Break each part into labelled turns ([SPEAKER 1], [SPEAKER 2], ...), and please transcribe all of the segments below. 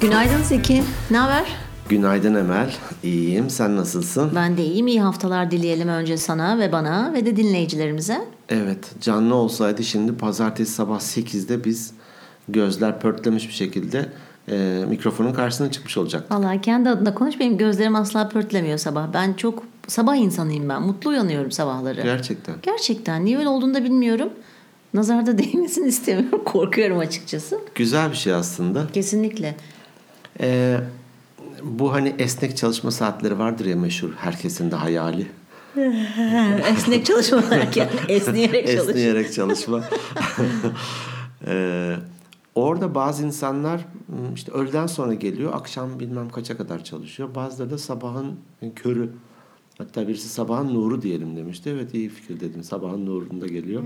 [SPEAKER 1] Günaydın Zeki. Ne haber?
[SPEAKER 2] Günaydın Emel. İyiyim. Sen nasılsın?
[SPEAKER 1] Ben de iyiyim. İyi haftalar dileyelim önce sana ve bana ve de dinleyicilerimize.
[SPEAKER 2] Evet. Canlı olsaydı şimdi pazartesi sabah 8'de biz gözler pörtlemiş bir şekilde e, mikrofonun karşısına çıkmış olacak.
[SPEAKER 1] Vallahi kendi adına konuş. Benim gözlerim asla pörtlemiyor sabah. Ben çok sabah insanıyım ben. Mutlu uyanıyorum sabahları.
[SPEAKER 2] Gerçekten.
[SPEAKER 1] Gerçekten. Niye öyle olduğunu da bilmiyorum. Nazarda değmesini istemiyorum. Korkuyorum açıkçası.
[SPEAKER 2] Güzel bir şey aslında.
[SPEAKER 1] Kesinlikle.
[SPEAKER 2] E, bu hani esnek çalışma saatleri vardır ya meşhur herkesin de hayali.
[SPEAKER 1] Esnek çalışma derken esneyerek çalış.
[SPEAKER 2] Esneyerek çalışma. E, orada bazı insanlar m, işte öğleden sonra geliyor. Akşam bilmem kaça kadar çalışıyor. Bazıları da sabahın körü. Hatta birisi sabahın nuru diyelim demişti. Evet iyi fikir dedim. Sabahın nurunda geliyor.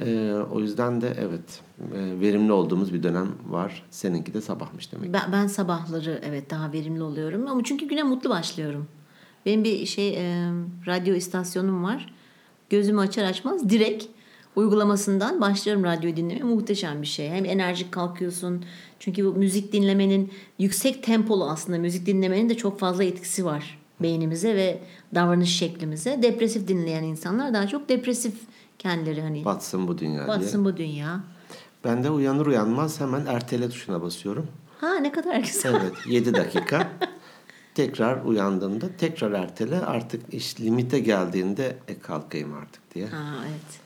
[SPEAKER 2] E, o yüzden de evet e, verimli olduğumuz bir dönem var. Seninki de sabahmış demek.
[SPEAKER 1] Ben, ben sabahları evet daha verimli oluyorum ama çünkü güne mutlu başlıyorum. Benim bir şey e, radyo istasyonum var. Gözümü açar açmaz direkt uygulamasından başlıyorum radyo dinlemeye. Muhteşem bir şey. Hem enerjik kalkıyorsun. Çünkü bu müzik dinlemenin yüksek tempolu aslında müzik dinlemenin de çok fazla etkisi var beynimize ve davranış şeklimize. Depresif dinleyen insanlar daha çok depresif kendileri hani
[SPEAKER 2] Batsın bu dünya diye.
[SPEAKER 1] batsın bu dünya.
[SPEAKER 2] Ben de uyanır uyanmaz hemen ertele tuşuna basıyorum.
[SPEAKER 1] Ha ne kadar güzel.
[SPEAKER 2] Evet 7 dakika. tekrar uyandığımda tekrar ertele artık iş limite geldiğinde e kalkayım artık diye.
[SPEAKER 1] Ha evet.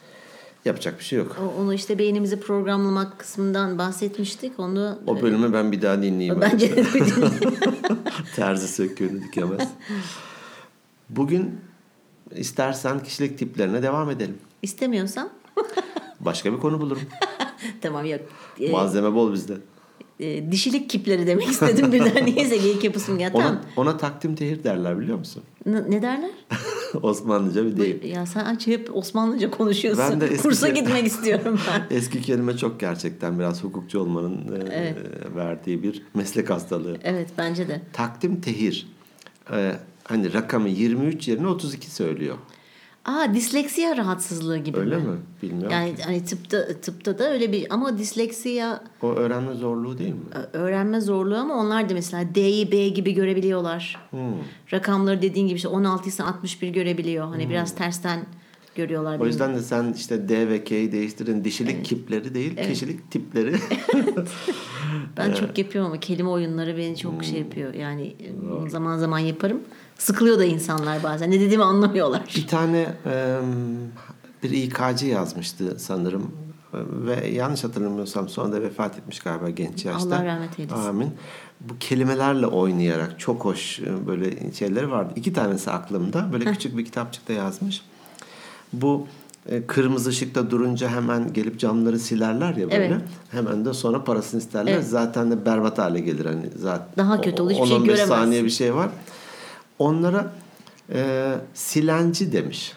[SPEAKER 2] Yapacak bir şey yok.
[SPEAKER 1] O- Onu işte beynimizi programlamak kısmından bahsetmiştik. Onu
[SPEAKER 2] O bölümü ben bir daha dinleyeyim.
[SPEAKER 1] bence de
[SPEAKER 2] Terzi söküğünü dikemez. Bugün istersen kişilik tiplerine devam edelim.
[SPEAKER 1] istemiyorsan
[SPEAKER 2] Başka bir konu bulurum.
[SPEAKER 1] tamam yok. E,
[SPEAKER 2] Malzeme bol bizde.
[SPEAKER 1] e, dişilik kipleri demek istedim birden niyeyse geyik yapısım geldi. Tamam.
[SPEAKER 2] Ona, ona takdim tehir derler biliyor musun?
[SPEAKER 1] N- ne derler?
[SPEAKER 2] Osmanlıca bir deyim.
[SPEAKER 1] Ya sen aç hep Osmanlıca konuşuyorsun.
[SPEAKER 2] Ben de eski-
[SPEAKER 1] Kursa gitmek istiyorum ben.
[SPEAKER 2] Eski kelime çok gerçekten biraz hukukçu olmanın e, verdiği bir meslek hastalığı.
[SPEAKER 1] Evet bence de.
[SPEAKER 2] Takdim tehir. E, hani rakamı 23 yerine 32 söylüyor.
[SPEAKER 1] Aa disleksiya rahatsızlığı gibi
[SPEAKER 2] Öyle
[SPEAKER 1] mi?
[SPEAKER 2] mi? Bilmiyorum.
[SPEAKER 1] Yani hani tıpta tıpta da öyle bir ama disleksiya
[SPEAKER 2] O öğrenme zorluğu değil mi?
[SPEAKER 1] Ö- öğrenme zorluğu ama onlar da mesela D'yi B gibi görebiliyorlar.
[SPEAKER 2] Hmm.
[SPEAKER 1] Rakamları dediğin gibi işte 16 ise 61 görebiliyor. Hani biraz tersten görüyorlar.
[SPEAKER 2] Hmm. O yüzden de sen işte D ve K'yi değiştirin. Dişilik kipleri değil, kişilik tipleri.
[SPEAKER 1] ben
[SPEAKER 2] e,
[SPEAKER 1] çok yapıyorum ama kelime oyunları beni çok
[SPEAKER 2] Hmm.
[SPEAKER 1] şey yapıyor. Yani e, zaman zaman yaparım. Sıkılıyor da insanlar bazen. Ne dediğimi anlamıyorlar.
[SPEAKER 2] bir tane e, bir İK'cı yazmıştı sanırım. Ve yanlış hatırlamıyorsam sonra da vefat etmiş galiba genç yaşta.
[SPEAKER 1] Allah rahmet eylesin.
[SPEAKER 2] Amin. Bu kelimelerle oynayarak çok hoş e, böyle şeyleri vardı. İki tanesi aklımda. Böyle küçük bir kitapçıkta yazmış. Bu e, kırmızı ışıkta durunca hemen gelip camları silerler ya böyle.
[SPEAKER 1] Evet.
[SPEAKER 2] Hemen de sonra parasını isterler. Zaten de berbat hale gelir hani zaten.
[SPEAKER 1] Daha kötü olur, hiçbir şey
[SPEAKER 2] 10-15
[SPEAKER 1] göremezsin.
[SPEAKER 2] saniye bir şey var. Onlara e, silenci demiş.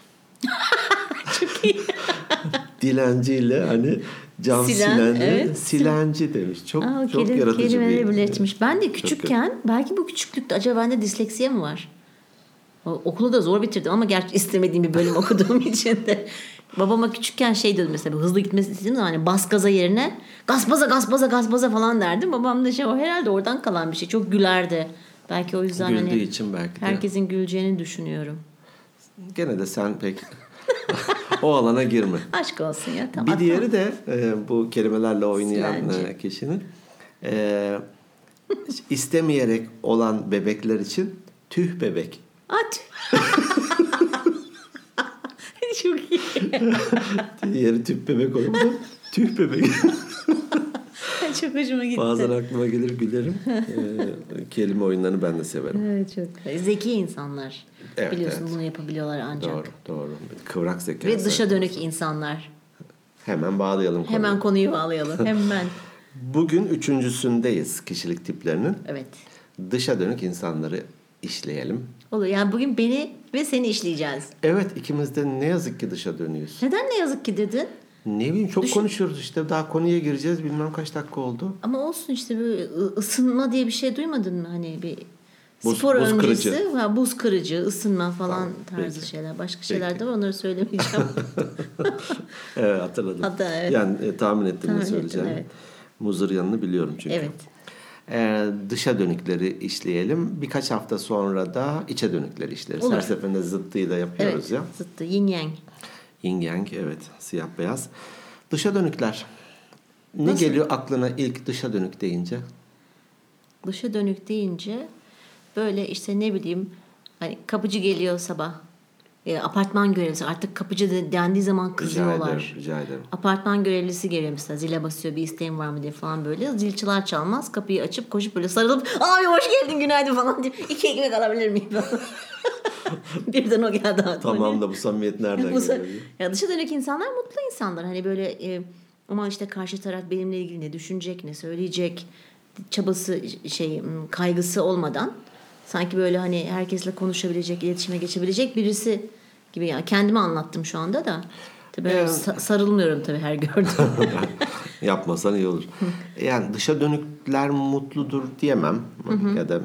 [SPEAKER 2] Dilenciyle hani cam
[SPEAKER 1] Silen,
[SPEAKER 2] silenci,
[SPEAKER 1] evet.
[SPEAKER 2] silenci demiş. Çok
[SPEAKER 1] Aa, o
[SPEAKER 2] çok
[SPEAKER 1] kelim-
[SPEAKER 2] yaratıcı
[SPEAKER 1] kelimeleri
[SPEAKER 2] bir.
[SPEAKER 1] birleştirmiş. Ben de
[SPEAKER 2] Çok
[SPEAKER 1] küçükken belki bu küçüklükte acaba bende disleksiye mi var? O- Okulu da zor bitirdim ama gerçi istemediğim bir bölüm okuduğum için de. Babama küçükken şey diyordum mesela bu hızlı gitmesi istediğim zaman hani bas gaza yerine gaspaza gaspaza gaspaza falan derdim. Babam da şey o herhalde oradan kalan bir şey. Çok gülerdi. Belki o yüzden
[SPEAKER 2] e, Güldüğü
[SPEAKER 1] hani
[SPEAKER 2] için belki de.
[SPEAKER 1] herkesin güleceğini düşünüyorum.
[SPEAKER 2] Gene de sen pek o alana girme.
[SPEAKER 1] Aşk olsun ya tamam.
[SPEAKER 2] Bir diğeri de e, bu kelimelerle oynayan
[SPEAKER 1] Silenci.
[SPEAKER 2] e, kişinin e, istemeyerek olan bebekler için tüh bebek.
[SPEAKER 1] At. Çok iyi.
[SPEAKER 2] Diğeri tüp bebek oldu. tüh bebek.
[SPEAKER 1] Çok hoşuma gitti.
[SPEAKER 2] Bazen aklıma gelir gülerim. E, kelime oyunlarını ben de severim.
[SPEAKER 1] Evet çok. E, Zeki insanlar.
[SPEAKER 2] Evet,
[SPEAKER 1] Biliyorsun
[SPEAKER 2] evet.
[SPEAKER 1] bunu yapabiliyorlar ancak.
[SPEAKER 2] Doğru, doğru. Kıvrak zekası.
[SPEAKER 1] Ve dışa dönük insanlar.
[SPEAKER 2] Hemen bağlayalım konuyu.
[SPEAKER 1] Hemen konuyu bağlayalım. Hemen.
[SPEAKER 2] Bugün üçüncüsündeyiz kişilik tiplerinin.
[SPEAKER 1] Evet.
[SPEAKER 2] Dışa dönük insanları işleyelim.
[SPEAKER 1] Olur. Yani bugün beni ve seni işleyeceğiz.
[SPEAKER 2] Evet ikimiz de ne yazık ki dışa dönüyoruz.
[SPEAKER 1] Neden ne yazık ki dedin?
[SPEAKER 2] Ne bileyim çok konuşuyoruz işte daha konuya gireceğiz bilmem kaç dakika oldu.
[SPEAKER 1] Ama olsun işte böyle ı- ısınma diye bir şey duymadın mı? Hani bir
[SPEAKER 2] Buz-
[SPEAKER 1] spor
[SPEAKER 2] buz
[SPEAKER 1] öncesi.
[SPEAKER 2] kırıcı.
[SPEAKER 1] Ha, buz kırıcı, ısınma falan
[SPEAKER 2] Tamam,
[SPEAKER 1] tarzı
[SPEAKER 2] peki.
[SPEAKER 1] şeyler. Başka şeyler de var onları söylemeyeceğim.
[SPEAKER 2] Evet Ee, hatırladım.
[SPEAKER 1] Hatta evet.
[SPEAKER 2] Yani e, tahmin ettim
[SPEAKER 1] Tahmin
[SPEAKER 2] ne
[SPEAKER 1] ettim,
[SPEAKER 2] söyleyeceğim.
[SPEAKER 1] evet.
[SPEAKER 2] Muzur yanını biliyorum çünkü.
[SPEAKER 1] evet.
[SPEAKER 2] e, dışa dönükleri işleyelim. Birkaç hafta sonra da içe dönükleri işleriz.
[SPEAKER 1] Olur.
[SPEAKER 2] Her seferinde zıttıyla yapıyoruz
[SPEAKER 1] Evet.
[SPEAKER 2] ya.
[SPEAKER 1] Zıttı. Yin yang.
[SPEAKER 2] Yin yang evet siyah beyaz. Dışa dönükler. Ne
[SPEAKER 1] Nasıl?
[SPEAKER 2] geliyor aklına ilk dışa dönük deyince?
[SPEAKER 1] Dışa dönük deyince böyle işte ne bileyim hani kapıcı geliyor sabah. E, apartman görevlisi artık kapıcı de- dendiği zaman
[SPEAKER 2] Rica
[SPEAKER 1] kızıyorlar.
[SPEAKER 2] ederim, rica ederim.
[SPEAKER 1] Apartman görevlisi geliyor mesela zile basıyor bir isteğin var mı diye falan böyle. Zil çalar çalmaz kapıyı açıp koşup böyle sarılıp abi hoş geldin günaydın falan diye iki ekmek alabilir miyim? Birden o geldi aklıma.
[SPEAKER 2] Tamam da bu samimiyet nereden
[SPEAKER 1] Bu se-
[SPEAKER 2] geliyor?
[SPEAKER 1] ya dışa dönük insanlar mutlu insanlar. Hani böyle e, ama işte karşı taraf benimle ilgili ne düşünecek, ne söyleyecek çabası şey m, kaygısı olmadan sanki böyle hani herkesle konuşabilecek, iletişime geçebilecek birisi gibi ya kendimi anlattım şu anda da. Tabii
[SPEAKER 2] Ee,
[SPEAKER 1] sa- sarılmıyorum tabii her gördüğüm.
[SPEAKER 2] Yapmasan iyi olur. Yani dışa dönükler mutludur diyemem. Ya da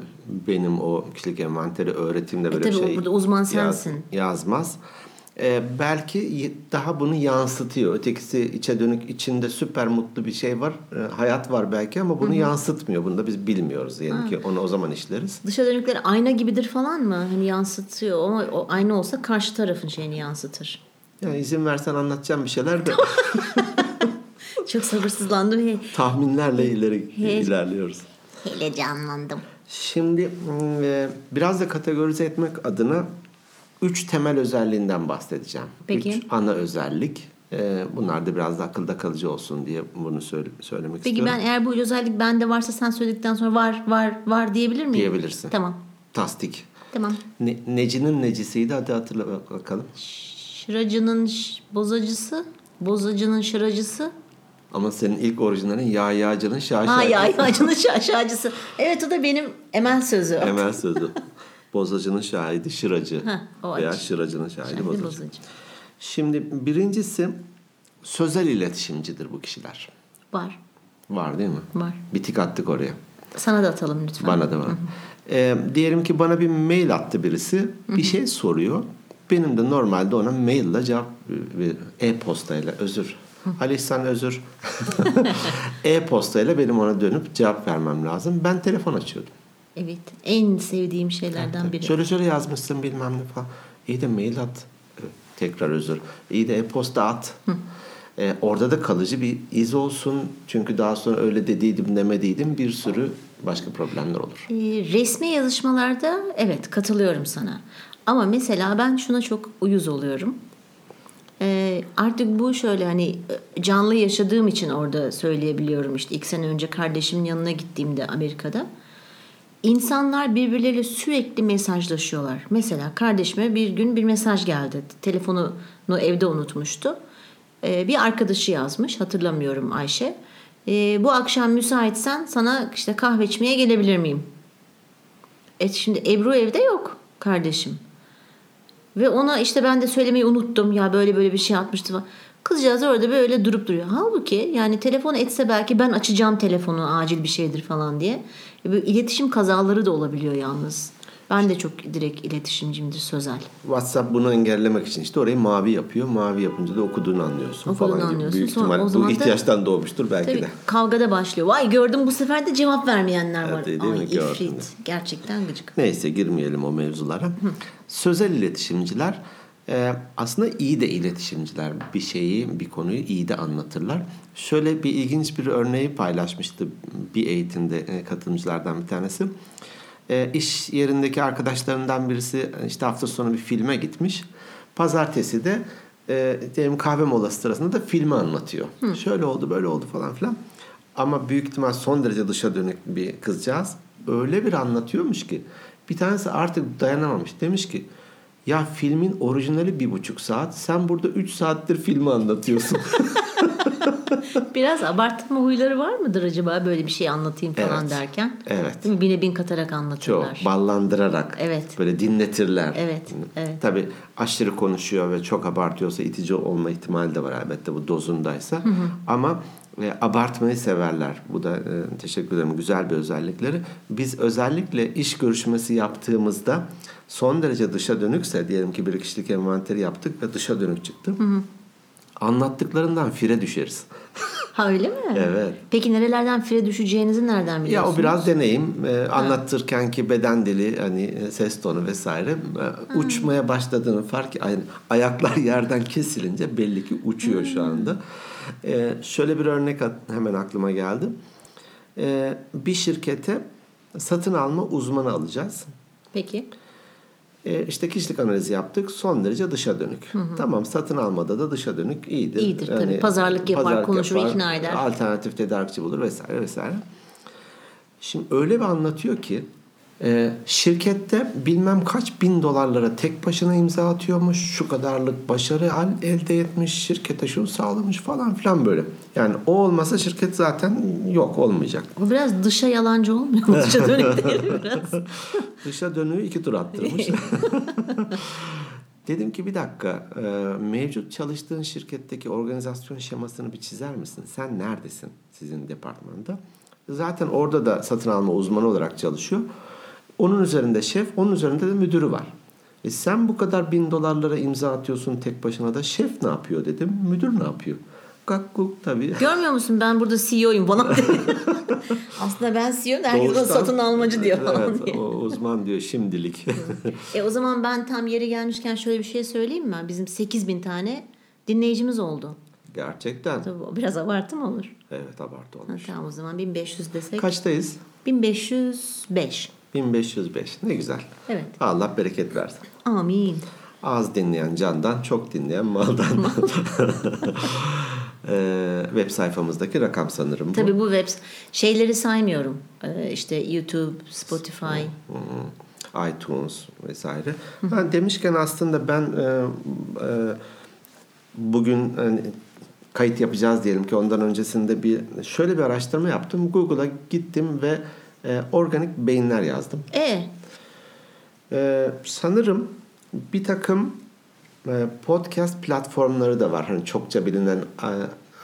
[SPEAKER 2] benim o kişilik envanteri öğretimde böyle
[SPEAKER 1] E tabii o
[SPEAKER 2] şey
[SPEAKER 1] burada uzman
[SPEAKER 2] yaz-
[SPEAKER 1] sensin.
[SPEAKER 2] yazmaz. Ee, belki y- daha bunu yansıtıyor. Ötekisi içe dönük içinde süper mutlu bir şey var. e, hayat var belki ama bunu yansıtmıyor. Bunu da biz bilmiyoruz. Yani ki onu o zaman işleriz.
[SPEAKER 1] Dışa dönükler ayna gibidir falan mı? Hani yansıtıyor ama o ayna olsa karşı tarafın şeyini yansıtır.
[SPEAKER 2] Yani izin versen anlatacağım bir şeyler de
[SPEAKER 1] Çok sabırsızlandım. He,
[SPEAKER 2] tahminlerle ileri
[SPEAKER 1] He-
[SPEAKER 2] ilerliyoruz.
[SPEAKER 1] hele canlandım.
[SPEAKER 2] Şimdi mm, e, biraz da kategorize etmek adına üç temel özelliğinden bahsedeceğim.
[SPEAKER 1] Peki.
[SPEAKER 2] Üç ana özellik. E, Bunlar da biraz da akılda kalıcı olsun diye bunu söyle- söylemek
[SPEAKER 1] Peki
[SPEAKER 2] istiyorum.
[SPEAKER 1] ben eğer bu özellik bende varsa sen söyledikten sonra var var var diyebilir miyim?
[SPEAKER 2] Diyebilirsin.
[SPEAKER 1] Tamam.
[SPEAKER 2] Tasdik.
[SPEAKER 1] Tamam.
[SPEAKER 2] Ne, necinin necisiydi hadi hatırla bak- bakalım.
[SPEAKER 1] Şıracının ş- bozacısı, bozacının şıracısı.
[SPEAKER 2] Ama senin ilk orijinalin ya yağcının şaşa.
[SPEAKER 1] Ha ya yağcının şaşacısı. Evet o da benim emel sözü.
[SPEAKER 2] Emel sözü. Bozacının şahidi şıracı.
[SPEAKER 1] Hah, o
[SPEAKER 2] Veya
[SPEAKER 1] aç.
[SPEAKER 2] şıracının şahidi
[SPEAKER 1] Kendi
[SPEAKER 2] bozacı.
[SPEAKER 1] bozacı.
[SPEAKER 2] Şimdi birincisi sözel iletişimcidir bu kişiler.
[SPEAKER 1] Var.
[SPEAKER 2] Var değil mi?
[SPEAKER 1] Var.
[SPEAKER 2] Bitik attık oraya.
[SPEAKER 1] Sana da atalım lütfen.
[SPEAKER 2] Bana da var. Ee, diyelim ki bana bir mail attı birisi. Bir şey soruyor. Benim de normalde ona maille cevap e, e-postayla özür. Ali sen özür. e-postayla benim ona dönüp cevap vermem lazım. Ben telefon açıyordum.
[SPEAKER 1] Evet. En sevdiğim şeylerden biri.
[SPEAKER 2] Şöyle şöyle yazmışsın bilmem ne falan. İyi de mail at. Ee, Tekrar özür. İyi de e-posta at. Ee, orada da kalıcı bir iz olsun. Çünkü daha sonra öyle dediydim demediydim bir sürü başka problemler olur.
[SPEAKER 1] Ee, resmi yazışmalarda evet katılıyorum sana. Ama mesela ben şuna çok uyuz oluyorum. Ee, artık bu şöyle hani e, canlı yaşadığım için orada söyleyebiliyorum işte iki sene önce kardeşimin yanına gittiğimde Amerika'da. İnsanlar birbirleriyle sürekli mesajlaşıyorlar. Mesela kardeşime bir gün bir mesaj geldi. Telefonunu evde unutmuştu. Ee, bir arkadaşı yazmış hatırlamıyorum Ayşe. Ee, bu akşam müsaitsen sana işte kahve içmeye gelebilir miyim? E şimdi Ebru evde yok kardeşim. Ve ona işte ben de söylemeyi unuttum ya böyle böyle bir şey atmıştı falan. Kızcağız orada böyle durup duruyor. Halbuki yani telefon etse belki ben açacağım telefonu acil bir şeydir falan diye. E böyle iletişim kazaları da olabiliyor yalnız. Ben de çok direkt iletişimcimdir sözel.
[SPEAKER 2] WhatsApp bunu engellemek için işte orayı mavi yapıyor. Mavi yapınca da okuduğunu anlıyorsun
[SPEAKER 1] Okuduğunu
[SPEAKER 2] falan gibi.
[SPEAKER 1] anlıyorsun.
[SPEAKER 2] Büyük
[SPEAKER 1] Sonra
[SPEAKER 2] ihtimal
[SPEAKER 1] o
[SPEAKER 2] bu
[SPEAKER 1] zaman da-
[SPEAKER 2] ihtiyaçtan doğmuştur belki
[SPEAKER 1] Tabii
[SPEAKER 2] de.
[SPEAKER 1] kavgada başlıyor. Vay gördüm bu sefer de cevap vermeyenler var.
[SPEAKER 2] Evet, değil mi?
[SPEAKER 1] Ay
[SPEAKER 2] Gördüm de.
[SPEAKER 1] ifrit. Gerçekten gıcık.
[SPEAKER 2] Neyse girmeyelim o mevzulara. Sözel iletişimciler e, aslında iyi de iletişimciler bir şeyi, bir konuyu iyi de anlatırlar. Şöyle bir ilginç bir örneği paylaşmıştı bir eğitimde e, katılımcılardan bir tanesi. E, iş yerindeki arkadaşlarından birisi işte hafta sonu bir filme gitmiş. Pazartesi de e, diyelim kahve molası sırasında da filmi anlatıyor. Şöyle oldu, böyle oldu falan filan. Ama büyük ihtimal son derece dışa dönük bir kızcağız. Öyle bir anlatıyormuş ki. Bir tanesi artık dayanamamış. Demiş ki ya filmin orijinali bir buçuk saat. Sen burada üç saattir filmi anlatıyorsun.
[SPEAKER 1] Biraz abartma huyları var mıdır acaba böyle bir şey anlatayım falan
[SPEAKER 2] Evet.
[SPEAKER 1] derken?
[SPEAKER 2] Evet.
[SPEAKER 1] Değil mi? Bine bin katarak
[SPEAKER 2] Çok
[SPEAKER 1] anlatırlar.
[SPEAKER 2] ballandırarak.
[SPEAKER 1] Evet.
[SPEAKER 2] Böyle dinletirler.
[SPEAKER 1] Evet, evet.
[SPEAKER 2] Tabii aşırı konuşuyor ve çok abartıyorsa itici olma ihtimali de var elbette bu dozundaysa. Ama e, abartmayı severler. Bu da e, teşekkür ederim güzel bir özellikleri. Biz özellikle iş görüşmesi yaptığımızda son derece dışa dönükse diyelim ki bir kişilik envanteri yaptık ve dışa dönük çıktı. Anlattıklarından fire düşeriz.
[SPEAKER 1] Ha öyle mi?
[SPEAKER 2] Evet.
[SPEAKER 1] Peki nerelerden fire düşeceğinizi nereden
[SPEAKER 2] Ya
[SPEAKER 1] biliyorsunuz?
[SPEAKER 2] o biraz deneyim. Ee, anlatırken ki beden dili hani e, ses tonu vesaire e, uçmaya başladığını fark yani ayaklar yerden kesilince belli ki uçuyor şu anda. Ee, şöyle bir örnek at- hemen aklıma geldi. Ee, bir şirkete satın alma uzmanı alacağız.
[SPEAKER 1] Peki.
[SPEAKER 2] E, işte kişilik analizi yaptık. Son derece dışa dönük. Tamam satın almada da dışa dönük iyidir.
[SPEAKER 1] İyidir tabii. Pazarlık yapar, konuşur, ikna eder.
[SPEAKER 2] Alternatif tedarikçi bulur vesaire vesaire. Şimdi öyle bir anlatıyor ki e, şirkette bilmem kaç bin dolarlara tek başına imza atıyormuş. Şu kadarlık başarı al- elde etmiş. Şirkete şunu sağlamış falan filan böyle. Yani o olmasa şirket zaten yok olmayacak.
[SPEAKER 1] O biraz dışa yalancı olmuyor mu? Dışa dönük değil mi biraz?
[SPEAKER 2] Dışa dönüğü iki tur attırmış. Dedim ki bir dakika e, mevcut çalıştığın şirketteki organizasyon şemasını bir çizer misin? Sen neredesin sizin departmanda? Zaten orada da satın alma uzmanı olarak çalışıyor. Onun üzerinde şef, onun üzerinde de müdürü var. E sen bu kadar bin dolarlara imza atıyorsun tek başına da şef ne yapıyor dedim. Müdür ne yapıyor? Gakkuk tabii.
[SPEAKER 1] Görmüyor musun ben burada CEO'yum falan diye. Aslında ben CEO da herkes bana
[SPEAKER 2] Doğuştan-
[SPEAKER 1] satın almacı diyor falan
[SPEAKER 2] Evet,
[SPEAKER 1] diye.
[SPEAKER 2] o uzman diyor şimdilik.
[SPEAKER 1] E o zaman ben tam yeri gelmişken şöyle bir şey söyleyeyim mi? Bizim 8 bin tane dinleyicimiz oldu.
[SPEAKER 2] Gerçekten.
[SPEAKER 1] Tabii o biraz abartı mı olur?
[SPEAKER 2] Evet abartı
[SPEAKER 1] Ha,
[SPEAKER 2] olmuş.
[SPEAKER 1] tamam o zaman 1500 desek.
[SPEAKER 2] Kaçtayız?
[SPEAKER 1] 1505.
[SPEAKER 2] 1505. Ne güzel.
[SPEAKER 1] Evet.
[SPEAKER 2] Allah bereket versin.
[SPEAKER 1] Amin.
[SPEAKER 2] Az dinleyen candan, çok dinleyen maldan. Ee, web sayfamızdaki rakam sanırım bu.
[SPEAKER 1] Tabii bu web şeyleri saymıyorum. Ee, işte YouTube, Spotify.
[SPEAKER 2] Hı, iTunes vesaire. Ben demişken aslında ben e, e, bugün hani kayıt yapacağız diyelim ki ondan öncesinde bir şöyle bir araştırma yaptım. Google'a gittim ve e, organik beyinler yazdım.
[SPEAKER 1] E
[SPEAKER 2] Ee, sanırım bir takım e, podcast platformları da var. Hani çokça bilinen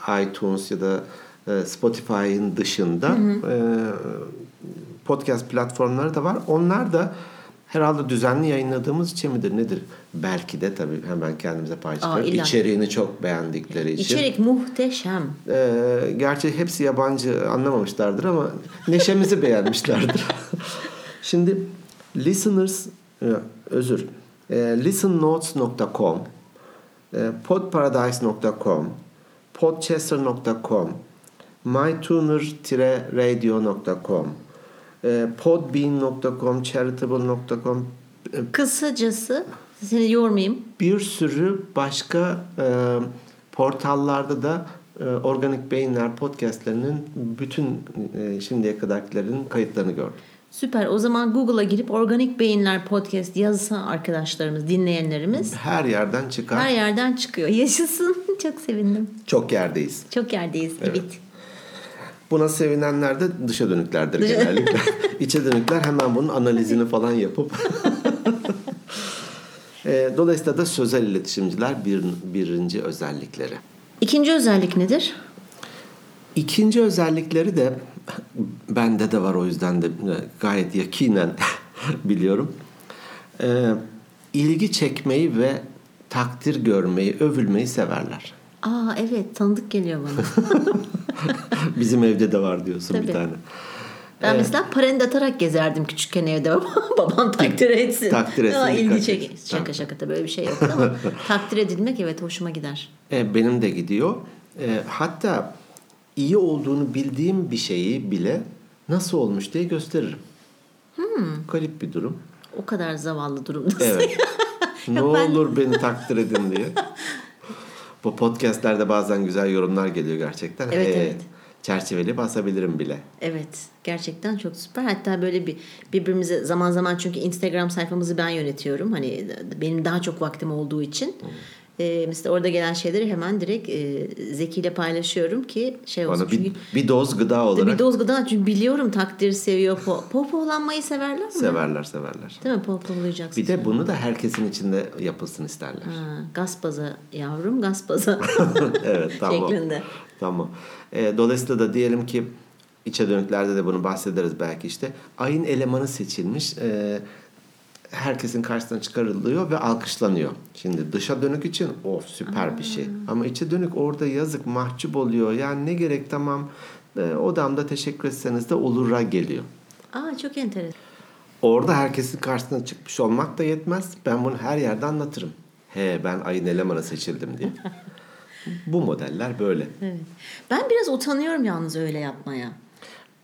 [SPEAKER 2] e, iTunes ya da e, Spotify'ın dışında e, podcast platformları da var. Onlar da herhalde düzenli yayınladığımız için midir nedir? Belki de tabii hemen kendimize paylaşıyoruz.
[SPEAKER 1] illa.
[SPEAKER 2] İçeriğini çok beğendikleri için.
[SPEAKER 1] içerik muhteşem.
[SPEAKER 2] Ee, gerçi hepsi yabancı anlamamışlardır ama neşemizi beğenmişlerdir. Şimdi listeners e, özür e, listennotes.com e, podparadise.com podchester.com mytuner-radio.com e, podbean.com charitable.com e,
[SPEAKER 1] Kısacası seni yormayayım.
[SPEAKER 2] bir sürü başka e, portallarda da e, Organik Beyinler podcastlerinin bütün e, şimdiye kadarkilerin kayıtlarını gördüm.
[SPEAKER 1] Süper. O zaman Google'a girip Organik Beyinler Podcast yazsa arkadaşlarımız, dinleyenlerimiz
[SPEAKER 2] Her yerden çıkan
[SPEAKER 1] her yerden çıkıyor. Yaşasın. Çok sevindim.
[SPEAKER 2] çok yerdeyiz.
[SPEAKER 1] Çok yerdeyiz. Evet.
[SPEAKER 2] Buna sevinenler de dışa dönüklerdir genellikle. İçe dönükler hemen bunun analizini falan yapıp. E, Dolayısıyla da sözel iletişimciler bir, birinci özellikleri.
[SPEAKER 1] İkinci özellik nedir?
[SPEAKER 2] İkinci özellikleri de bende de var o yüzden de e, gayet yakinen biliyorum. Ee, ilgi çekmeyi ve takdir görmeyi, övülmeyi severler.
[SPEAKER 1] Aa evet tanıdık geliyor bana.
[SPEAKER 2] Bizim evde de var diyorsun
[SPEAKER 1] Tabii.
[SPEAKER 2] bir tane.
[SPEAKER 1] Ben mesela parende atarak gezerdim küçükken evde. Babam takdir etsin.
[SPEAKER 2] Takdir etsin,
[SPEAKER 1] Aa, ilgi
[SPEAKER 2] dikkat
[SPEAKER 1] çek.
[SPEAKER 2] etsin.
[SPEAKER 1] Şaka
[SPEAKER 2] Tabii.
[SPEAKER 1] şaka da böyle bir şey yok ama takdir edilmek evet hoşuma gider.
[SPEAKER 2] E, benim de gidiyor. E, hatta iyi olduğunu bildiğim bir şeyi bile nasıl olmuş diye gösteririm. Garip bir durum.
[SPEAKER 1] O kadar zavallı durumdasın.
[SPEAKER 2] Evet. ne olur beni takdir edin diye. Bu podcastlerde bazen güzel yorumlar geliyor gerçekten.
[SPEAKER 1] Evet, evet.
[SPEAKER 2] Çerçeveli basabilirim bile.
[SPEAKER 1] Evet gerçekten çok süper. Hatta böyle bir birbirimize zaman zaman çünkü Instagram sayfamızı ben yönetiyorum. Hani benim daha çok vaktim olduğu için. Ee, mesela orada gelen şeyleri hemen direkt e, Zeki ile paylaşıyorum ki şey olsun.
[SPEAKER 2] Bana
[SPEAKER 1] çünkü
[SPEAKER 2] bir, bir doz gıda olarak
[SPEAKER 1] bir doz gıda çünkü biliyorum takdir seviyor. Po- Pohpohlanmayı severler mi?
[SPEAKER 2] severler severler.
[SPEAKER 1] Değil mi? Pohpohlayacaksın.
[SPEAKER 2] Bir de bunu da herkesin içinde yapılsın isterler.
[SPEAKER 1] Ha, Gaspaza yavrum gaspaza.
[SPEAKER 2] evet tamam.
[SPEAKER 1] Şeklinde.
[SPEAKER 2] Tamam. E, dolayısıyla da diyelim ki içe dönüklerde de bunu bahsederiz belki işte. Ayın elemanı seçilmiş. E, herkesin karşısına çıkarılıyor ve alkışlanıyor. Şimdi dışa dönük için of süper bir şey. Ama içe dönük orada yazık mahcup oluyor. Yani ne gerek tamam e, odamda teşekkür etseniz de olur'a geliyor.
[SPEAKER 1] Aa çok enteresan.
[SPEAKER 2] Orada herkesin karşısına çıkmış olmak da yetmez. Ben bunu her yerde anlatırım. He ben ayın elemanı seçildim diye. Bu modeller böyle.
[SPEAKER 1] Evet. Ben biraz utanıyorum yalnız öyle yapmaya.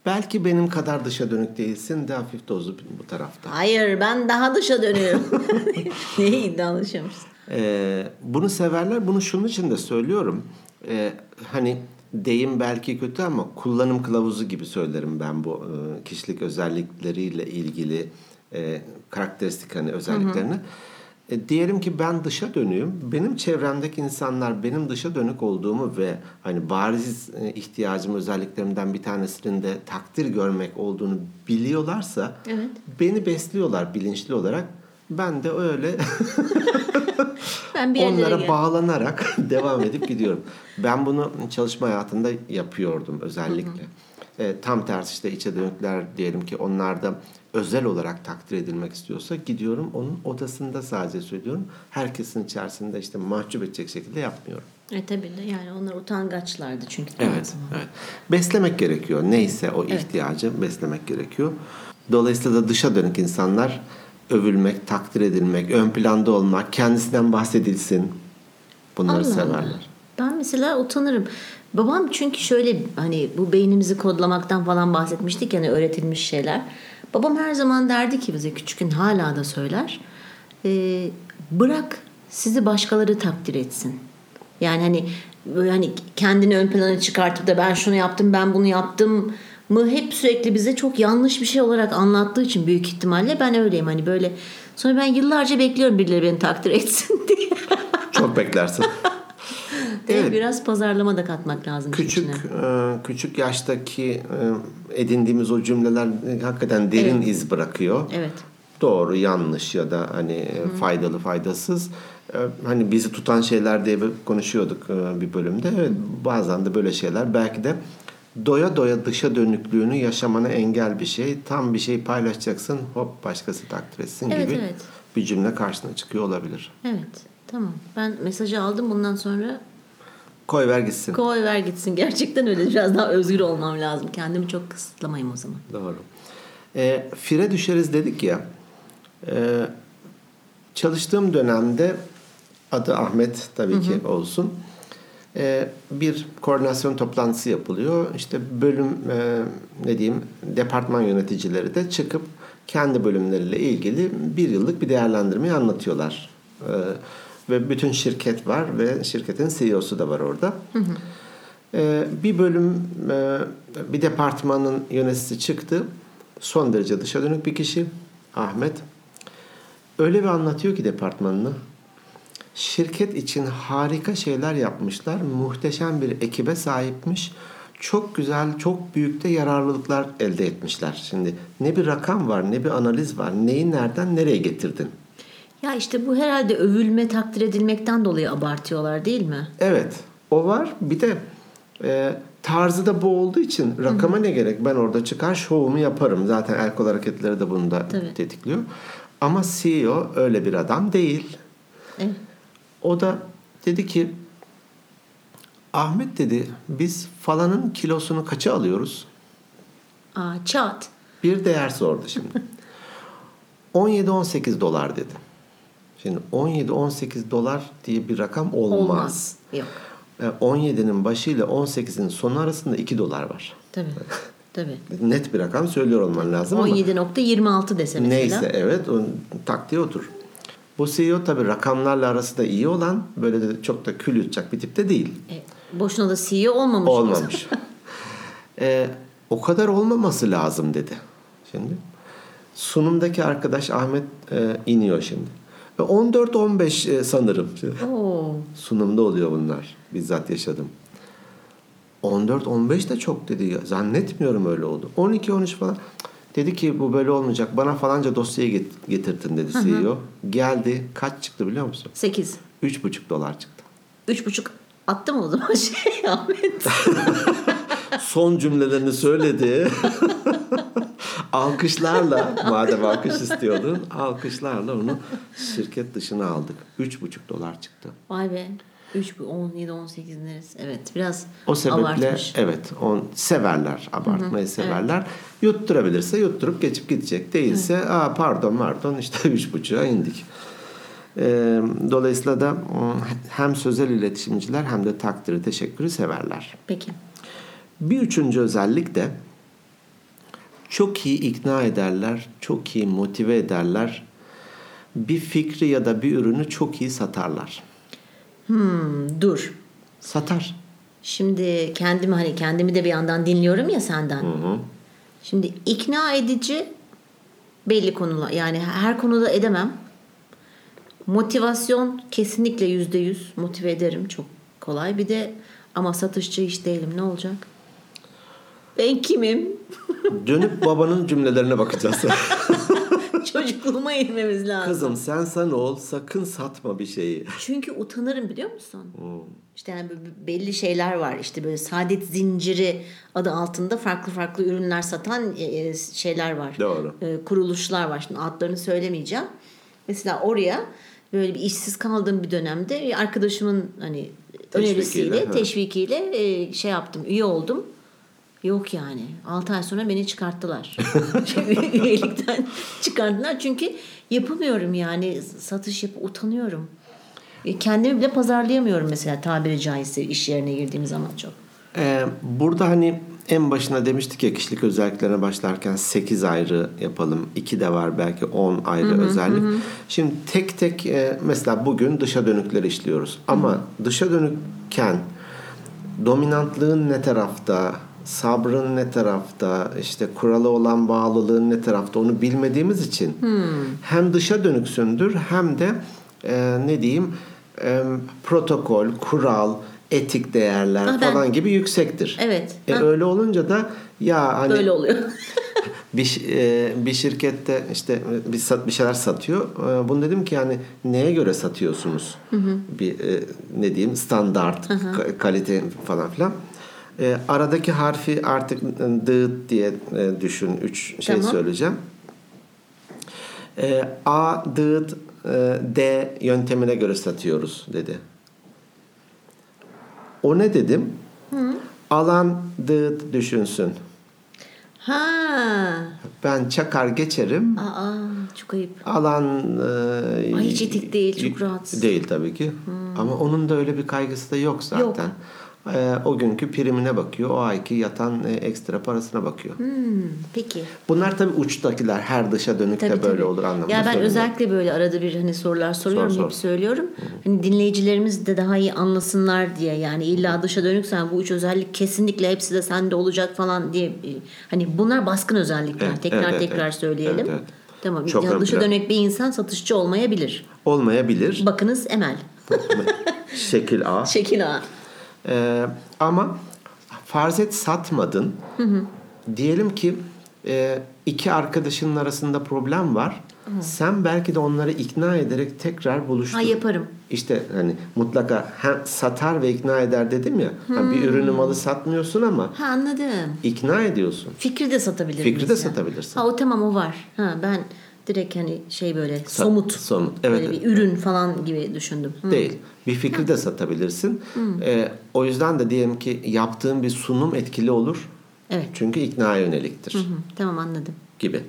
[SPEAKER 2] Belki benim kadar dışa dönük değilsin de hafif dozu bu tarafta.
[SPEAKER 1] Hayır ben daha dışa dönüyorum. şey Neye iddialaşıyormuşuz?
[SPEAKER 2] Ee, bunu severler. Bunu şunun için de söylüyorum. Ee, hani deyim belki kötü ama kullanım kılavuzu gibi söylerim ben bu e, kişilik özellikleriyle ilgili e, karakteristik hani özelliklerini. E, diyelim ki ben dışa dönüyüm. Benim çevremdeki insanlar benim dışa dönük olduğumu ve hani bariz e, ihtiyacım özelliklerimden bir tanesinin de takdir görmek olduğunu biliyorlarsa
[SPEAKER 1] Evet.
[SPEAKER 2] beni besliyorlar bilinçli olarak. Ben de öyle
[SPEAKER 1] Ben bir yerlere
[SPEAKER 2] onlara
[SPEAKER 1] gel-
[SPEAKER 2] bağlanarak devam edip gidiyorum. Ben bunu çalışma hayatında yapıyordum özellikle. E, tam tersi işte içe dönükler diyelim ki onlar da özel olarak takdir edilmek istiyorsa gidiyorum onun odasında sadece söylüyorum. Herkesin içerisinde işte mahcup edecek şekilde yapmıyorum.
[SPEAKER 1] E tabii de yani onlar utangaçlardı çünkü.
[SPEAKER 2] Evet, evet. Beslemek gerekiyor. Neyse o ihtiyacı beslemek gerekiyor. Dolayısıyla da dışa dönük insanlar övülmek, takdir edilmek, ön planda olmak, kendisinden bahsedilsin. Bunları
[SPEAKER 1] Allah
[SPEAKER 2] severler.
[SPEAKER 1] Allah. Ben mesela utanırım. Babam çünkü şöyle hani bu beynimizi kodlamaktan falan bahsetmiştik yani öğretilmiş şeyler. Babam her zaman derdi ki bize küçükün hala da söyler. "Ee, bırak sizi başkaları takdir etsin. Yani hani böyle hani kendini ön plana çıkartıp da ben şunu yaptım ben bunu yaptım mı hep sürekli bize çok yanlış bir şey olarak anlattığı için büyük ihtimalle ben öyleyim hani böyle. Sonra ben yıllarca bekliyorum birileri beni takdir etsin diye.
[SPEAKER 2] Çok beklersin.
[SPEAKER 1] Değil mi?
[SPEAKER 2] Evet.
[SPEAKER 1] Biraz pazarlama da katmak lazım. işin
[SPEAKER 2] küçük
[SPEAKER 1] içine.
[SPEAKER 2] e, küçük yaştaki e, edindiğimiz o cümleler e, hakikaten derin iz bırakıyor.
[SPEAKER 1] Evet.
[SPEAKER 2] Doğru, yanlış ya da hani e, faydalı, faydasız. E, Hani bizi tutan şeyler diye bir konuşuyorduk e, bir bölümde. Evet, bazen de böyle şeyler belki de doya doya dışa dönüklüğünü yaşamana engel bir şey. Tam bir şey paylaşacaksın, hop başkası takdir etsin
[SPEAKER 1] Evet,
[SPEAKER 2] gibi
[SPEAKER 1] evet.
[SPEAKER 2] bir cümle karşına çıkıyor olabilir.
[SPEAKER 1] Evet. Tamam. Ben mesajı aldım. Bundan sonra
[SPEAKER 2] Koy ver gitsin.
[SPEAKER 1] koy ver gitsin. Gerçekten öyle. Biraz daha özgür olmam lazım. Kendimi çok kısıtlamayayım o zaman.
[SPEAKER 2] Doğru. E, fire düşeriz dedik ya. E, çalıştığım dönemde adı Ahmet tabii ki olsun. E, bir koordinasyon toplantısı yapılıyor. İşte bölüm e, ne diyeyim departman yöneticileri de çıkıp kendi bölümleriyle ilgili bir yıllık bir değerlendirmeyi anlatıyorlar. E, ve bütün şirket var ve şirketin CEO'su da var orada. Ee, bir bölüm e, bir departmanın yöneticisi çıktı. Son derece dışa dönük bir kişi Ahmet. Öyle bir anlatıyor ki departmanını. Şirket için harika şeyler yapmışlar. Muhteşem bir ekibe sahipmiş. Çok güzel, çok büyük de yararlılıklar elde etmişler. Şimdi ne bir rakam var, ne bir analiz var. Neyi nereden nereye getirdin?
[SPEAKER 1] Ya işte bu herhalde övülme, takdir edilmekten dolayı abartıyorlar değil mi?
[SPEAKER 2] Evet. O var. Bir de e, tarzı da bu olduğu için rakama ne gerek? Ben orada çıkar şovumu yaparım. Zaten el kol hareketleri de bunu da
[SPEAKER 1] Tabii.
[SPEAKER 2] tetikliyor. Ama CEO öyle bir adam değil.
[SPEAKER 1] Evet.
[SPEAKER 2] O da dedi ki Ahmet dedi biz falanın kilosunu kaça alıyoruz?
[SPEAKER 1] Aa, çat.
[SPEAKER 2] Bir değer sordu şimdi. 17-18 dolar dedi. Şimdi 17-18 dolar diye bir rakam olmaz.
[SPEAKER 1] Olmaz. Yok.
[SPEAKER 2] E, 17'nin başıyla 18'in sonu arasında 2 dolar var.
[SPEAKER 1] Tabii. Tabii.
[SPEAKER 2] Net bir rakam söylüyor olman lazım ama
[SPEAKER 1] 17.26 dese mesela.
[SPEAKER 2] neyse evet o taktiğe otur. Bu CEO tabii rakamlarla arası da iyi olan böyle de çok da kül yutacak bir tipte de değil.
[SPEAKER 1] E, boşuna da CEO olmamış.
[SPEAKER 2] Olmamış. E, o kadar olmaması lazım dedi. Şimdi sunumdaki arkadaş Ahmet e, iniyor şimdi. E, Ve 14-15 e, sanırım.
[SPEAKER 1] Oo.
[SPEAKER 2] Sunumda oluyor bunlar. Bizzat yaşadım. 14-15 de çok dedi. ya. Zannetmiyorum öyle oldu. 12-13 falan. Cık, Dedi ki bu böyle olmayacak. Bana falanca dosyayı get- getirtin dedi CEO. Geldi. Kaç çıktı biliyor musun?
[SPEAKER 1] 8.
[SPEAKER 2] 3,5 dolar çıktı.
[SPEAKER 1] Üç buçuk attı mı o zaman şey Ahmet?
[SPEAKER 2] Son cümlelerini söyledi. alkışlarla madem alkış istiyordun alkışlarla onu şirket dışına aldık. 3,5 dolar çıktı.
[SPEAKER 1] Vay be. 3 bu 17 18 neresi? Evet biraz
[SPEAKER 2] O sebeple
[SPEAKER 1] abartmış.
[SPEAKER 2] evet on severler abartmayı severler. Yutturabilirse yutturup geçip gidecek. Değilse aa pardon pardon işte üç buçuğa indik. Ee, dolayısıyla da mm, hem sözel iletişimciler hem de takdiri teşekkürü severler.
[SPEAKER 1] Peki.
[SPEAKER 2] Bir üçüncü özellik de çok iyi ikna ederler, çok iyi motive ederler. Bir fikri ya da bir ürünü çok iyi satarlar.
[SPEAKER 1] Hmm, dur.
[SPEAKER 2] Satar.
[SPEAKER 1] Şimdi kendimi hani kendimi de bir yandan dinliyorum ya senden. Şimdi ikna edici belli konular yani her konuda edemem. Motivasyon kesinlikle yüzde yüz motive ederim çok kolay. Bir de ama satışçı hiç değilim ne olacak? Ben kimim?
[SPEAKER 2] Dönüp babanın cümlelerine bakacağız.
[SPEAKER 1] Çocukluğuma inmemiz lazım.
[SPEAKER 2] Kızım sen sen ol sakın satma bir şeyi.
[SPEAKER 1] Çünkü utanırım biliyor musun? İşte yani böyle belli şeyler var. İşte böyle saadet zinciri adı altında farklı farklı ürünler satan e, e, şeyler var.
[SPEAKER 2] Doğru.
[SPEAKER 1] E, Kuruluşlar var. Şimdi adlarını söylemeyeceğim. Mesela oraya böyle bir işsiz kaldığım bir dönemde bir arkadaşımın hani
[SPEAKER 2] Teşvikiyle,
[SPEAKER 1] önerisiyle,
[SPEAKER 2] ha.
[SPEAKER 1] teşvikiyle e, şey yaptım, üye oldum. Yok yani. 6 ay sonra beni çıkarttılar. Şey, Üyelikten çıkarttılar. Çünkü yapamıyorum yani. Satış yapıp utanıyorum. E, Kendimi bile pazarlayamıyorum mesela tabiri caizse iş yerine girdiğim zaman çok.
[SPEAKER 2] Ee, burada hani en başına demiştik ya kişilik özelliklerine başlarken 8 ayrı yapalım. 2 de var belki 10 ayrı özellik. Şimdi tek tek e, mesela bugün dışa dönükleri işliyoruz. Ama dışa dönükken dominantlığın ne tarafta, sabrın ne tarafta, işte kurala olan bağlılığın ne tarafta onu bilmediğimiz için
[SPEAKER 1] Hmm.
[SPEAKER 2] hem dışa dönüksündür hem de e, ne diyeyim e, protokol, kural, etik değerler
[SPEAKER 1] Ah, ben-
[SPEAKER 2] falan gibi yüksektir.
[SPEAKER 1] Evet.
[SPEAKER 2] E,
[SPEAKER 1] Ha.
[SPEAKER 2] öyle olunca da ya hani
[SPEAKER 1] Böyle oluyor.
[SPEAKER 2] bir ş- e, bir şirkette işte e, bir sat bir şeyler satıyor. E, bunu dedim ki yani neye göre satıyorsunuz? Bir e, ne diyeyim standart ka- kalite falan filan. E, aradaki harfi artık e, dıt diye e, düşün. Üç şey
[SPEAKER 1] Tamam.
[SPEAKER 2] söyleyeceğim. E, A dıt e, D yöntemine göre satıyoruz dedi. O ne dedim? Alan dıt düşünsün.
[SPEAKER 1] ha.
[SPEAKER 2] Ben çakar geçerim.
[SPEAKER 1] Aa çok ayıp.
[SPEAKER 2] alan e,
[SPEAKER 1] Ay, hiç etik değil, çok rahatsız. Hmm.
[SPEAKER 2] Değil tabii ki. Ama onun da öyle bir kaygısı da yok zaten.
[SPEAKER 1] Yok.
[SPEAKER 2] E, o günkü primine bakıyor. O ayki yatan e, ekstra parasına bakıyor.
[SPEAKER 1] Hmm, peki.
[SPEAKER 2] Bunlar tabii uçtakiler her dışa dönük de
[SPEAKER 1] Tabii,
[SPEAKER 2] böyle
[SPEAKER 1] tabii.
[SPEAKER 2] olur anlamında.
[SPEAKER 1] Ya ben
[SPEAKER 2] söylemiyorum.
[SPEAKER 1] özellikle böyle arada bir hani sorular soruyorum
[SPEAKER 2] Sor, sor.
[SPEAKER 1] hep söylüyorum. Hani dinleyicilerimiz de daha iyi anlasınlar diye yani illa dışa dönüksen bu üç özellik kesinlikle hepsi de sende olacak falan diye e, hani bunlar baskın özellikler.
[SPEAKER 2] Evet,
[SPEAKER 1] tekrar
[SPEAKER 2] evet, evet,
[SPEAKER 1] tekrar
[SPEAKER 2] evet.
[SPEAKER 1] söyleyelim.
[SPEAKER 2] Evet, evet.
[SPEAKER 1] Tamam.
[SPEAKER 2] Çok
[SPEAKER 1] ya
[SPEAKER 2] ön
[SPEAKER 1] dışa
[SPEAKER 2] plan.
[SPEAKER 1] dönük bir insan satışçı olmayabilir.
[SPEAKER 2] olmayabilir.
[SPEAKER 1] Bakınız Emel.
[SPEAKER 2] Şekil A.
[SPEAKER 1] Şekil A.
[SPEAKER 2] Ee, ama farz et satmadın. Diyelim ki e, iki arkadaşının arasında problem var. Sen belki de onları ikna ederek tekrar buluştun.
[SPEAKER 1] Ha, yaparım.
[SPEAKER 2] İşte hani mutlaka hem satar ve ikna eder dedim ya. Ha,
[SPEAKER 1] Hmm.
[SPEAKER 2] bir ürünü malı satmıyorsun ama
[SPEAKER 1] Ha anladım.
[SPEAKER 2] ikna ediyorsun.
[SPEAKER 1] Fikri de satabilirim.
[SPEAKER 2] Fikri de
[SPEAKER 1] mesela.
[SPEAKER 2] satabilirsin.
[SPEAKER 1] Ha o tamam o var. Ha ben direkt hani şey böyle somut.
[SPEAKER 2] somut,
[SPEAKER 1] Böyle
[SPEAKER 2] evet,
[SPEAKER 1] bir ürün falan gibi düşündüm. Hı.
[SPEAKER 2] Değil. Bir fikri de satabilirsin. Ee, o yüzden de diyelim ki yaptığın bir sunum etkili olur.
[SPEAKER 1] Evet.
[SPEAKER 2] Çünkü ikna yöneliktir.
[SPEAKER 1] Hı, Tamam anladım.
[SPEAKER 2] gibi.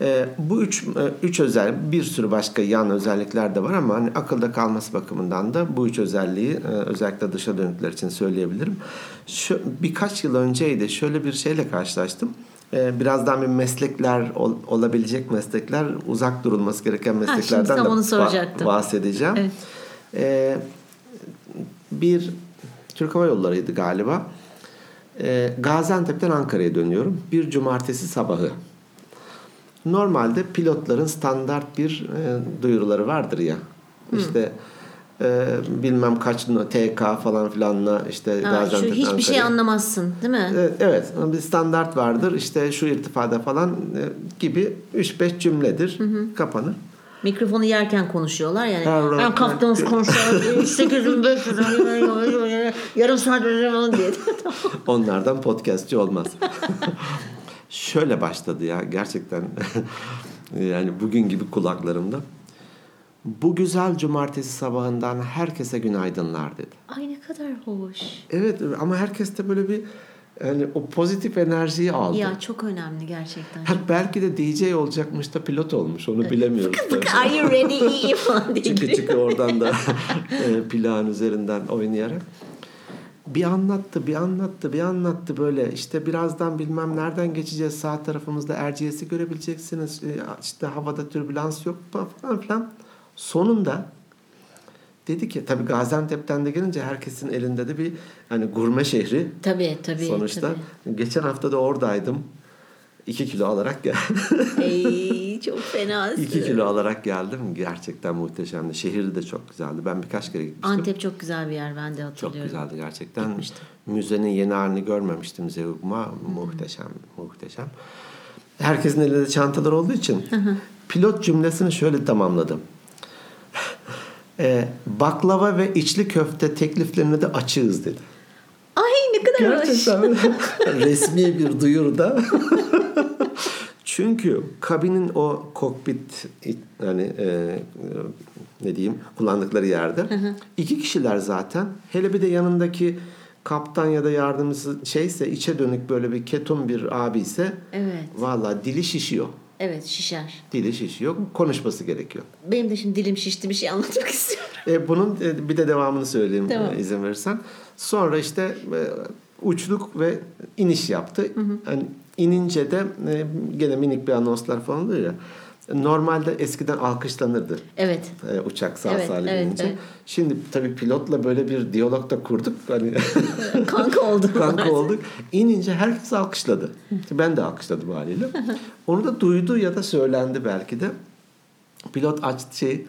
[SPEAKER 2] Ee, bu üç, e, üç özel bir sürü başka yan özellikler de var ama hani akılda kalması bakımından da bu üç özelliği e, özellikle dışa dönükler için söyleyebilirim. Şu, birkaç yıl önceydi şöyle bir şeyle karşılaştım. Ee, birazdan bir meslekler ol- olabilecek meslekler uzak durulması gereken mesleklerden
[SPEAKER 1] tam
[SPEAKER 2] de
[SPEAKER 1] onu
[SPEAKER 2] ba-
[SPEAKER 1] soracaktım.
[SPEAKER 2] bahsedeceğim.
[SPEAKER 1] Evet.
[SPEAKER 2] Ee, bir Türk Hava Yolları'ydı galiba. Ee, Gaziantep'ten Ankara'ya dönüyorum. Bir cumartesi sabahı. Normalde pilotların standart bir e, duyuruları vardır ya. İşte e, bilmem kaç no- TK falan filanla işte
[SPEAKER 1] Ha, şu
[SPEAKER 2] Gaziantep'ten
[SPEAKER 1] hiçbir şey
[SPEAKER 2] Ee, Ankara'ya.
[SPEAKER 1] anlamazsın değil mi?
[SPEAKER 2] Evet, evet bir standart vardır. İşte şu irtifada falan e, gibi 3-5 cümledir. Kapanır.
[SPEAKER 1] Mikrofonu yerken konuşuyorlar yani.
[SPEAKER 2] Ha,
[SPEAKER 1] Ben
[SPEAKER 2] evet, evet.
[SPEAKER 1] kalktığımız konuşuyorlar. "Ee, 8500 yarım saat önce falan diye.
[SPEAKER 2] Onlardan podcastçi olmaz. şöyle başladı ya gerçekten yani bugün gibi kulaklarımda. Bu güzel cumartesi sabahından herkese günaydınlar dedi.
[SPEAKER 1] Ay ne kadar hoş.
[SPEAKER 2] Evet ama herkes de böyle bir yani o pozitif enerjiyi aldı.
[SPEAKER 1] Ya çok önemli gerçekten.
[SPEAKER 2] Ha, belki de DJ olacakmış da pilot olmuş onu bilemiyoruz. tabii.
[SPEAKER 1] Are you ready İyi falan diye
[SPEAKER 2] çıkı
[SPEAKER 1] giriyor.
[SPEAKER 2] çıkı oradan da e, plan üzerinden oynayarak. Bir anlattı, bir anlattı, bir anlattı böyle. İşte birazdan bilmem nereden geçeceğiz. Sağ tarafımızda RGS'i görebileceksiniz. E, İşte havada türbülans yok falan filan. Sonunda dedi ki tabii Gaziantep'ten de gelince herkesin elinde de bir hani gurme şehri
[SPEAKER 1] Tabii tabii.
[SPEAKER 2] sonuçta. Geçen hafta da oradaydım. 2 kilo alarak gel.
[SPEAKER 1] Tabii. Ey, çok fena.
[SPEAKER 2] 2 kilo alarak geldim. Gerçekten muhteşemdi. Şehir de çok güzeldi. Ben birkaç kere gitmiştim.
[SPEAKER 1] Antep çok güzel bir yer ben de
[SPEAKER 2] Çok
[SPEAKER 1] hatırlıyorum.
[SPEAKER 2] güzeldi gerçekten.
[SPEAKER 1] Gitmiştim.
[SPEAKER 2] Müzenin yeni halini görmemiştim Zeugma. Muhteşem, muhteşem. Herkesin elinde çantalar olduğu için pilot cümlesini şöyle tamamladım. Eee, baklava ve içli köfte tekliflerine de açığız dedi.
[SPEAKER 1] Ay ne kadar hoş.
[SPEAKER 2] Gerçekten resmi bir duyuruda. Çünkü kabinin o kokpit yani e, ne diyeyim kullandıkları yerde iki kişiler zaten. Hele bir de yanındaki kaptan ya da yardımcısı şeyse içe dönük böyle bir ketum bir abi ise
[SPEAKER 1] Evet.
[SPEAKER 2] valla dili şişiyor.
[SPEAKER 1] Evet şişer.
[SPEAKER 2] Dili şişiyor. Konuşması gerekiyor.
[SPEAKER 1] Benim de şimdi dilim şişti bir şey anlatmak istiyorum.
[SPEAKER 2] E, bunun e, bir de devamını söyleyeyim
[SPEAKER 1] Tamam.
[SPEAKER 2] e, izin verirsen. Sonra işte e, uçluk ve iniş yaptı. Hani inince de e, gene minik bir anonslar falan oluyor ya. Normalde eskiden alkışlanırdı
[SPEAKER 1] Evet.
[SPEAKER 2] e, uçak sağ
[SPEAKER 1] Evet,
[SPEAKER 2] salim
[SPEAKER 1] evet,
[SPEAKER 2] inince.
[SPEAKER 1] evet.
[SPEAKER 2] Şimdi tabii pilotla böyle bir diyalog da kurduk. Hani
[SPEAKER 1] Kanka oldum.
[SPEAKER 2] kanka olduk. İnince herkes alkışladı. Ben de alkışladım haliyle. Onu da duydu ya da söylendi belki de. Pilot açtı şey,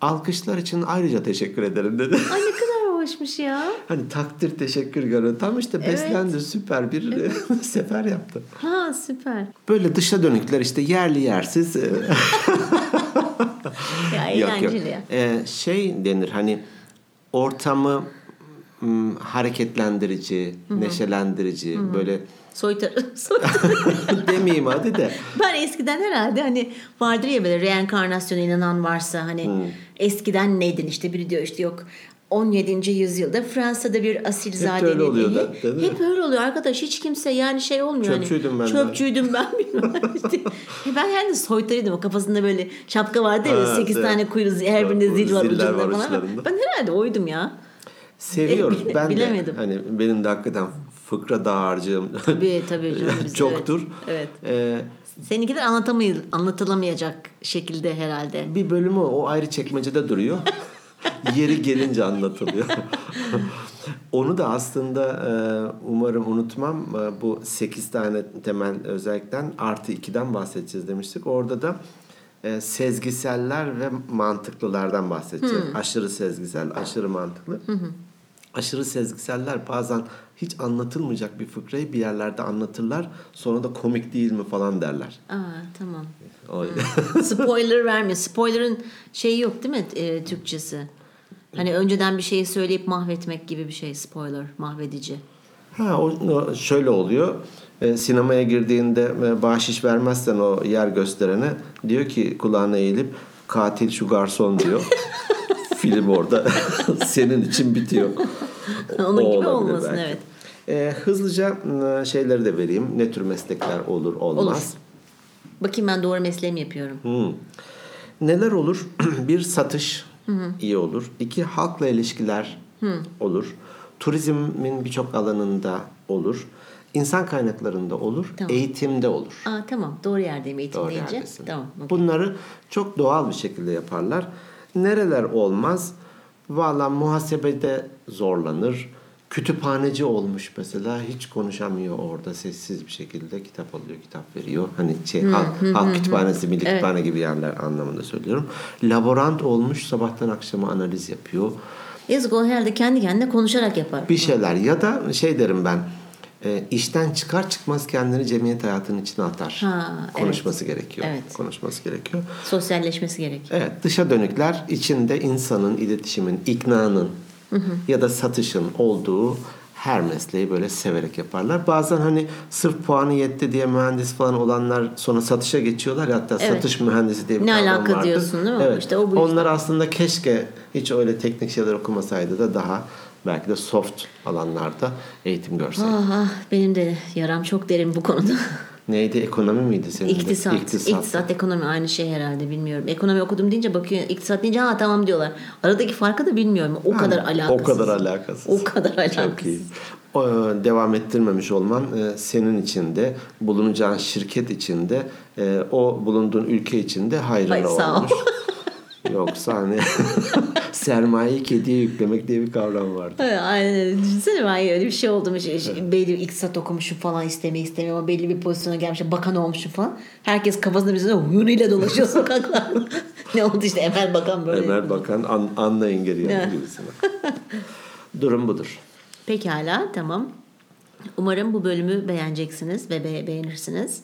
[SPEAKER 2] alkışlar için ayrıca teşekkür ederim dedi.
[SPEAKER 1] Ay ne kadar hoşmuş ya.
[SPEAKER 2] Hani takdir teşekkür görüyor. Tam işte
[SPEAKER 1] Evet.
[SPEAKER 2] beslendi süper bir sefer yaptı.
[SPEAKER 1] Ha süper.
[SPEAKER 2] Böyle dışa dönükler işte yerli yersiz. e,
[SPEAKER 1] Ya
[SPEAKER 2] yok yok.
[SPEAKER 1] eğlenceli.
[SPEAKER 2] Ee, şey denir hani ortamı m, hareketlendirici, neşelendirici böyle
[SPEAKER 1] Soytarı. Soytarı.
[SPEAKER 2] demeyeyim hadi de
[SPEAKER 1] Ben eskiden herhalde hani vardır ya böyle reenkarnasyona inanan varsa hani
[SPEAKER 2] Hmm.
[SPEAKER 1] eskiden neydin işte biri diyor işte yok 17. yüzyılda Fransa'da bir asilzade
[SPEAKER 2] öyle oluyor
[SPEAKER 1] bebeği.
[SPEAKER 2] da, değil mi?
[SPEAKER 1] Hep öyle oluyor arkadaş hiç kimse yani şey olmuyor. hani,
[SPEAKER 2] Çöpçüydüm ben de.
[SPEAKER 1] Çöpçüydüm ben bilmem işte. E ben yani soytarıydım o kafasında böyle şapka vardı ya
[SPEAKER 2] Ha,
[SPEAKER 1] 8
[SPEAKER 2] evet.
[SPEAKER 1] tane kuyruğu her birinde zil var
[SPEAKER 2] Ziller
[SPEAKER 1] ucunda
[SPEAKER 2] var
[SPEAKER 1] falan.
[SPEAKER 2] uçlarında.
[SPEAKER 1] Ben herhalde oydum ya.
[SPEAKER 2] seviyoruz.
[SPEAKER 1] bile-
[SPEAKER 2] ben
[SPEAKER 1] bilemedim.
[SPEAKER 2] de hani benim de hakikaten fıkra dağarcığım
[SPEAKER 1] Tabii tabii canım biz,
[SPEAKER 2] çoktur.
[SPEAKER 1] Evet.
[SPEAKER 2] Ee,
[SPEAKER 1] evet. Seninki de anlatamayız, anlatılamayacak şekilde herhalde.
[SPEAKER 2] bir bölümü o ayrı çekmecede duruyor. Yeri gelince anlatılıyor. Onu da aslında e, umarım unutmam. E, Bu 8 tane temel özellikten artı 2'den bahsedeceğiz demiştik. Orada da e, sezgiseller ve mantıklılardan bahsedeceğiz. Aşırı sezgisel, aşırı mantıklı. Aşırı sezgiseller bazen hiç anlatılmayacak bir fıkrayı bir yerlerde anlatırlar. Sonra da komik değil mi falan derler.
[SPEAKER 1] Aa tamam.
[SPEAKER 2] O,
[SPEAKER 1] Spoiler vermiyor. Spoiler'ın şeyi yok değil mi e, Türkçesi? Hani önceden bir şeyi söyleyip mahvetmek gibi bir şey spoiler, mahvedici.
[SPEAKER 2] Ha o, o şöyle oluyor. E, sinemaya girdiğinde e, bahşiş vermezsen o yer gösterene diyor ki kulağına eğilip katil şu garson diyor. Film orada senin için bitiyor.
[SPEAKER 1] Onun
[SPEAKER 2] O
[SPEAKER 1] gibi
[SPEAKER 2] olabilir
[SPEAKER 1] olmasın
[SPEAKER 2] belki.
[SPEAKER 1] evet.
[SPEAKER 2] E, hızlıca m, şeyleri de vereyim. Ne tür meslekler olur olmaz.
[SPEAKER 1] Bakayım ben doğru mesleğimi yapıyorum.
[SPEAKER 2] Hmm. Neler olur? bir satış iyi olur. İki halkla ilişkiler olur. Turizmin birçok alanında olur. İnsan kaynaklarında olur.
[SPEAKER 1] Tamam.
[SPEAKER 2] Eğitimde olur.
[SPEAKER 1] Aa tamam doğru yerdeyim eğitim
[SPEAKER 2] Doğru
[SPEAKER 1] deyince.
[SPEAKER 2] yerdesin.
[SPEAKER 1] Tamam. okey.
[SPEAKER 2] Bunları çok doğal bir şekilde yaparlar. Nereler olmaz? Valla muhasebede zorlanır. Kütüphaneci olmuş mesela hiç konuşamıyor orada sessiz bir şekilde kitap alıyor kitap veriyor. Hani şey halk, halk kütüphanesi milli kütüphane gibi yerler anlamında söylüyorum. Laborant olmuş sabahtan akşama analiz yapıyor.
[SPEAKER 1] Yazık o herhalde kendi kendine konuşarak yapar.
[SPEAKER 2] Bir şeyler ya da şey derim ben e, işten çıkar çıkmaz kendini cemiyet hayatının içine atar.
[SPEAKER 1] Ha, evet.
[SPEAKER 2] Konuşması gerekiyor.
[SPEAKER 1] Evet.
[SPEAKER 2] Konuşması gerekiyor.
[SPEAKER 1] Sosyalleşmesi gerek.
[SPEAKER 2] Evet, dışa dönükler içinde insanın, iletişimin, iknanın ya da satışın olduğu her mesleği böyle severek yaparlar. Bazen hani sırf puanı yetti diye mühendis falan olanlar sonra satışa geçiyorlar. ya, Hatta
[SPEAKER 1] Evet.
[SPEAKER 2] satış mühendisi diye bir
[SPEAKER 1] Ne
[SPEAKER 2] kavram
[SPEAKER 1] alaka
[SPEAKER 2] vardır.
[SPEAKER 1] diyorsun, değil mi?
[SPEAKER 2] Evet.
[SPEAKER 1] İşte o bu
[SPEAKER 2] Onlar aslında keşke hiç öyle teknik şeyler okumasaydı da daha belki de soft alanlarda eğitim görseydi.
[SPEAKER 1] Ah, ah, benim de yaram çok derin bu konuda.
[SPEAKER 2] Neydi ekonomi miydi senin? de?
[SPEAKER 1] İktisat. İktisat. ekonomi aynı şey herhalde bilmiyorum. Ekonomi okudum deyince bakıyor. iktisat deyince ha tamam diyorlar. Aradaki farkı da bilmiyorum. O kadar alakasız.
[SPEAKER 2] O kadar alakasız.
[SPEAKER 1] O kadar
[SPEAKER 2] Çok iyi.
[SPEAKER 1] alakasız.
[SPEAKER 2] O, e, devam ettirmemiş olman e, senin için de bulunacağın şirket için de e, o bulunduğun ülke için de hayırlı
[SPEAKER 1] Ay, sağ ol.
[SPEAKER 2] olmuş. Yoksa hani sermayeyi kediye yüklemek diye bir kavram vardı.
[SPEAKER 1] Evet, Aynen öyle. Düşünsene ben öyle bir şey oldu. Şey, şey, Belli bir iktisat okumuşum falan istemiyor istemiyor ama belli bir pozisyona gelmişim. Bakan olmuşum falan. Herkes kafasında bir huyunuyla dolaşıyor sokaklarda. ne oldu işte Emel Bakan böyle.
[SPEAKER 2] Ömer Bakan an, anlayın geriye gibisine. Durum budur.
[SPEAKER 1] Pekala tamam. Umarım bu bölümü beğeneceksiniz ve be- beğenirsiniz.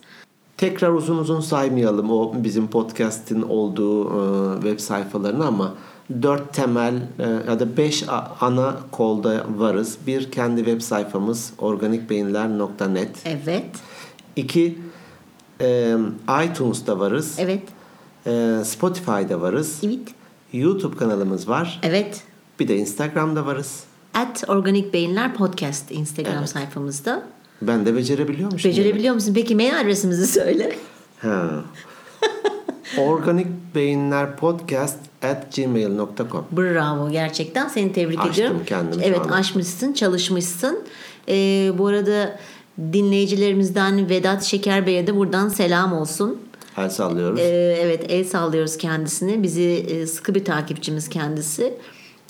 [SPEAKER 2] Tekrar uzun uzun saymayalım o bizim podcast'in olduğu e, web sayfalarını ama dört temel e, ya da beş a- ana kolda varız. Bir kendi web sayfamız organikbeyinler.net.
[SPEAKER 1] Evet.
[SPEAKER 2] İki e, iTunes'da varız.
[SPEAKER 1] Evet.
[SPEAKER 2] E, Spotify'da varız.
[SPEAKER 1] Evet.
[SPEAKER 2] YouTube kanalımız var.
[SPEAKER 1] Evet.
[SPEAKER 2] Bir de Instagram'da varız.
[SPEAKER 1] At Organik Beyinler Podcast Instagram
[SPEAKER 2] Evet.
[SPEAKER 1] sayfamızda.
[SPEAKER 2] Ben de becerebiliyormuşum.
[SPEAKER 1] Becerebiliyor musun? Peki mail adresimizi söyle.
[SPEAKER 2] Ha. Organikbeyinlerpodcast at gmail.com
[SPEAKER 1] Bravo gerçekten seni tebrik
[SPEAKER 2] Açtım
[SPEAKER 1] ediyorum.
[SPEAKER 2] kendimi şu
[SPEAKER 1] Evet
[SPEAKER 2] anda.
[SPEAKER 1] açmışsın çalışmışsın. Ee, bu arada dinleyicilerimizden Vedat Şeker Bey'e de buradan selam olsun.
[SPEAKER 2] El sallıyoruz.
[SPEAKER 1] Ee, evet el sallıyoruz kendisine. Bizi e, sıkı bir takipçimiz kendisi.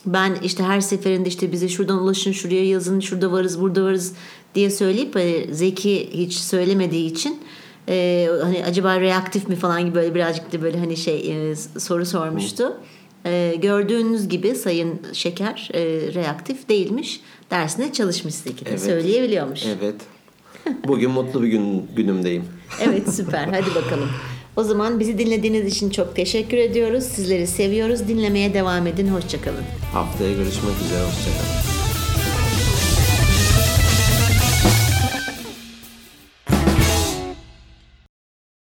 [SPEAKER 1] Ben işte her seferinde işte bize şuradan ulaşın, şuraya yazın, şurada varız, burada varız diye söyleyip e, Zeki hiç söylemediği için e, hani acaba reaktif mi falan gibi böyle birazcık da böyle hani şey e, soru sormuştu. E, gördüğünüz gibi Sayın Şeker e, reaktif değilmiş. Dersine çalışmış Zeki. de.
[SPEAKER 2] Evet.
[SPEAKER 1] Söyleyebiliyormuş.
[SPEAKER 2] Evet. Bugün mutlu bir gün günümdeyim.
[SPEAKER 1] Evet süper hadi bakalım. O zaman bizi dinlediğiniz için çok teşekkür ediyoruz. Sizleri seviyoruz. Dinlemeye devam edin. Hoşçakalın.
[SPEAKER 2] Haftaya görüşmek üzere. Hoşçakalın.